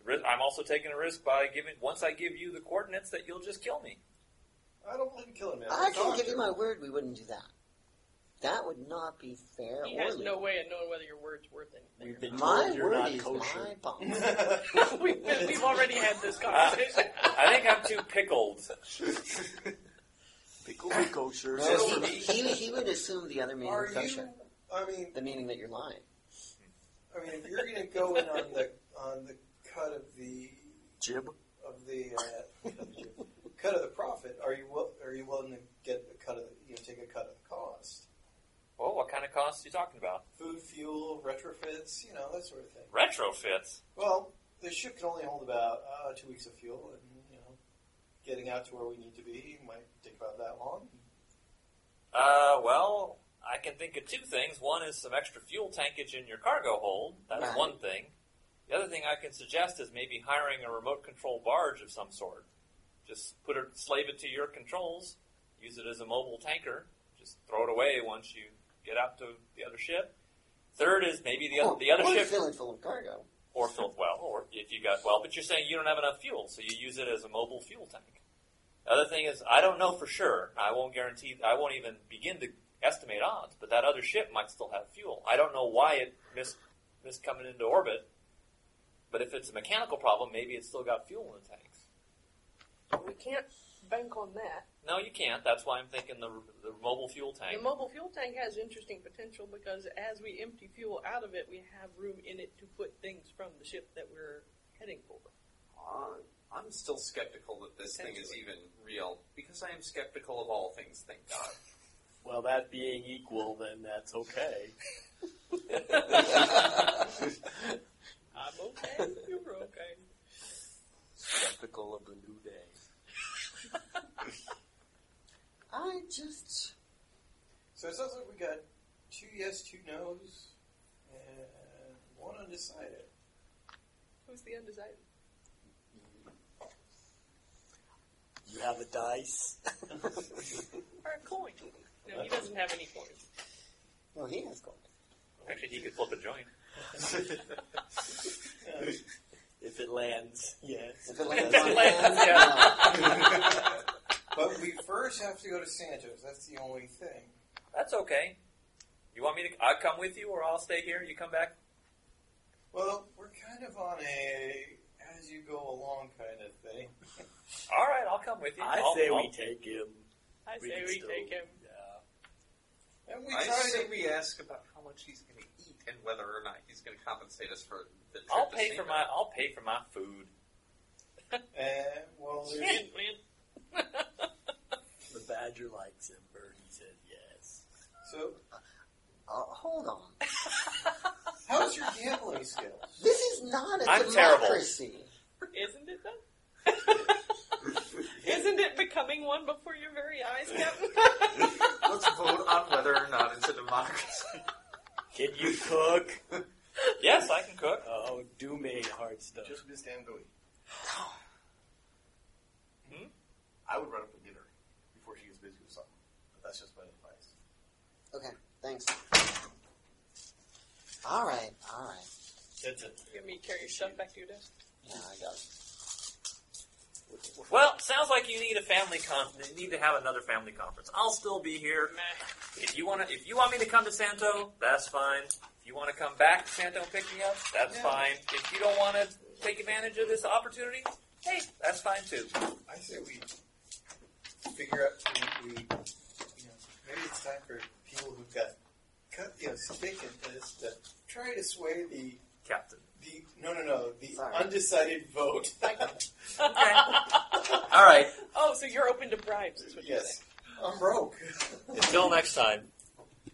S1: The ris- I'm also taking a risk by giving, once I give you the coordinates, that you'll just kill me.
S3: I don't believe in killing man.
S2: I
S3: I'm
S2: can
S3: talking.
S2: give you my word we wouldn't do that. That would not be fair
S6: He
S2: or
S6: has no
S2: legal.
S6: way of knowing whether your word's worth anything. (laughs)
S7: We've been
S2: My
S7: told you're
S2: word
S7: not
S2: is
S7: kosher.
S1: (laughs)
S2: my bond.
S6: we, we've already had this conversation.
S1: I think I'm too (laughs) pickled.
S7: Pickle be
S2: (laughs)
S7: kosher.
S2: No, he, he, he would assume the other (laughs) meaning
S3: (laughs) Are
S2: of
S3: you?
S2: kosher.
S3: I mean,
S2: The meaning that you're lying.
S3: I mean, if you're going to go in on the on the cut of the
S7: Jib.
S3: of the uh, cut of the profit, are you will, are you willing to get a cut of the, you know take a cut of the cost?
S1: Well, what kind of costs are you talking about?
S3: Food, fuel, retrofits, you know that sort of thing.
S1: Retrofits?
S3: Well, the ship can only hold about uh, two weeks of fuel, and you know, getting out to where we need to be might take about that long.
S1: Uh, well, I can think of two things. One is some extra fuel tankage in your cargo hold. That's
S2: Right.
S1: one thing. The other thing I can suggest is maybe hiring a remote control barge of some sort. Just put it, slave it to your controls, use it as a mobile tanker. Just throw it away once you get out to the other ship. Third is maybe the other,
S2: Or-
S1: the other
S2: or
S1: ship
S2: fill it Oh, full of cargo. (laughs)
S1: or filled well, or if you got well, but you're saying you don't have enough fuel, so you use it as a mobile fuel tank. The other thing is, I don't know for sure. I won't guarantee. I won't even begin to estimate odds. But that other ship might still have fuel. I don't know why it missed missed coming into orbit. But if it's a mechanical problem, maybe it's still got fuel in the tanks.
S6: (laughs) we can't bank on that.
S1: No, you can't. That's why I'm thinking the the mobile fuel tank.
S6: The mobile fuel tank has interesting potential because as we empty fuel out of it, we have room in it to put things from the ship that we're heading for.
S5: Uh, I'm still skeptical that this thing is
S6: Potentially.
S5: even real because I am skeptical of all things. Thank God. (laughs)
S7: Well, that being equal, then that's okay.
S6: I'm okay. You're okay.
S7: Skeptical of the new day.
S2: I just...
S3: So it sounds like we got two yes, two no's, and One undecided.
S6: Who's the undecided?
S8: You have a dice.
S6: Or a coin. No, he doesn't have any coins.
S2: No, he has gold.
S1: Actually, he could flip a joint.
S8: if it lands, yes.
S1: (laughs)
S2: If it lands
S6: If it
S2: on
S6: lands,
S2: him, (laughs)
S3: But we first have to go to Santos. That's the only thing.
S1: That's okay. You want me to? I'll come with you, or I'll stay here. You come back.
S3: Well, we're kind of on a as you go along kind of thing.
S1: All right, I'll come with you.
S8: I
S1: I'll-
S8: say
S1: I'll-
S8: we take him.
S6: I
S8: We
S6: say
S8: can
S6: we
S8: still-
S6: take him.
S3: And we
S5: I
S3: try
S5: say
S3: to
S5: we ask about how much he's going to eat and whether or not he's going to compensate us for the trip
S1: I'll
S5: to
S1: pay for
S5: Santos.
S1: my. I'll pay for my food.
S3: and eh, well there's
S6: Shit, man.
S8: The badger likes him. Birdie says yes.
S3: so
S2: uh, hold on.
S3: how's your gambling skills?
S2: This is not a
S1: I'm terrible.
S2: democracy.
S6: Isn't it though? (laughs) Isn't it becoming one before your very eyes, Captain? (laughs)
S5: Let's vote on whether or not it's a democracy.
S8: Can you cook?
S1: Yes, I can cook.
S8: Oh, do me hard stuff.
S9: Miss
S3: (sighs)
S9: Danbury.
S1: Hmm?
S9: I would run up and get her before she gets busy with something. But that's just my advice.
S2: Okay, thanks. All right, all right.
S9: That's it.
S6: You want me to carry your stuff back to your desk?
S2: Yeah, I got it.
S1: Well, sounds like you need a family con. you Need to have another family conference. I'll still be here. If you want to, if you want me to come to Santo, that's fine. If you want to come back to Santo and pick me up, that's
S3: Yeah.
S1: fine. If you don't want to take advantage of this opportunity, hey, that's fine too.
S3: I say we figure out we, we you know maybe it's time for people who've got cut you know, stick in this to try to sway the
S1: Captain.
S3: the no no no the
S2: Sorry.
S3: undecided vote.
S1: Okay. All right.
S6: (laughs)
S3: (laughs)
S6: Oh, so you're open to bribes, is what you're saying.
S3: yes. I'm broke.
S8: Until next time.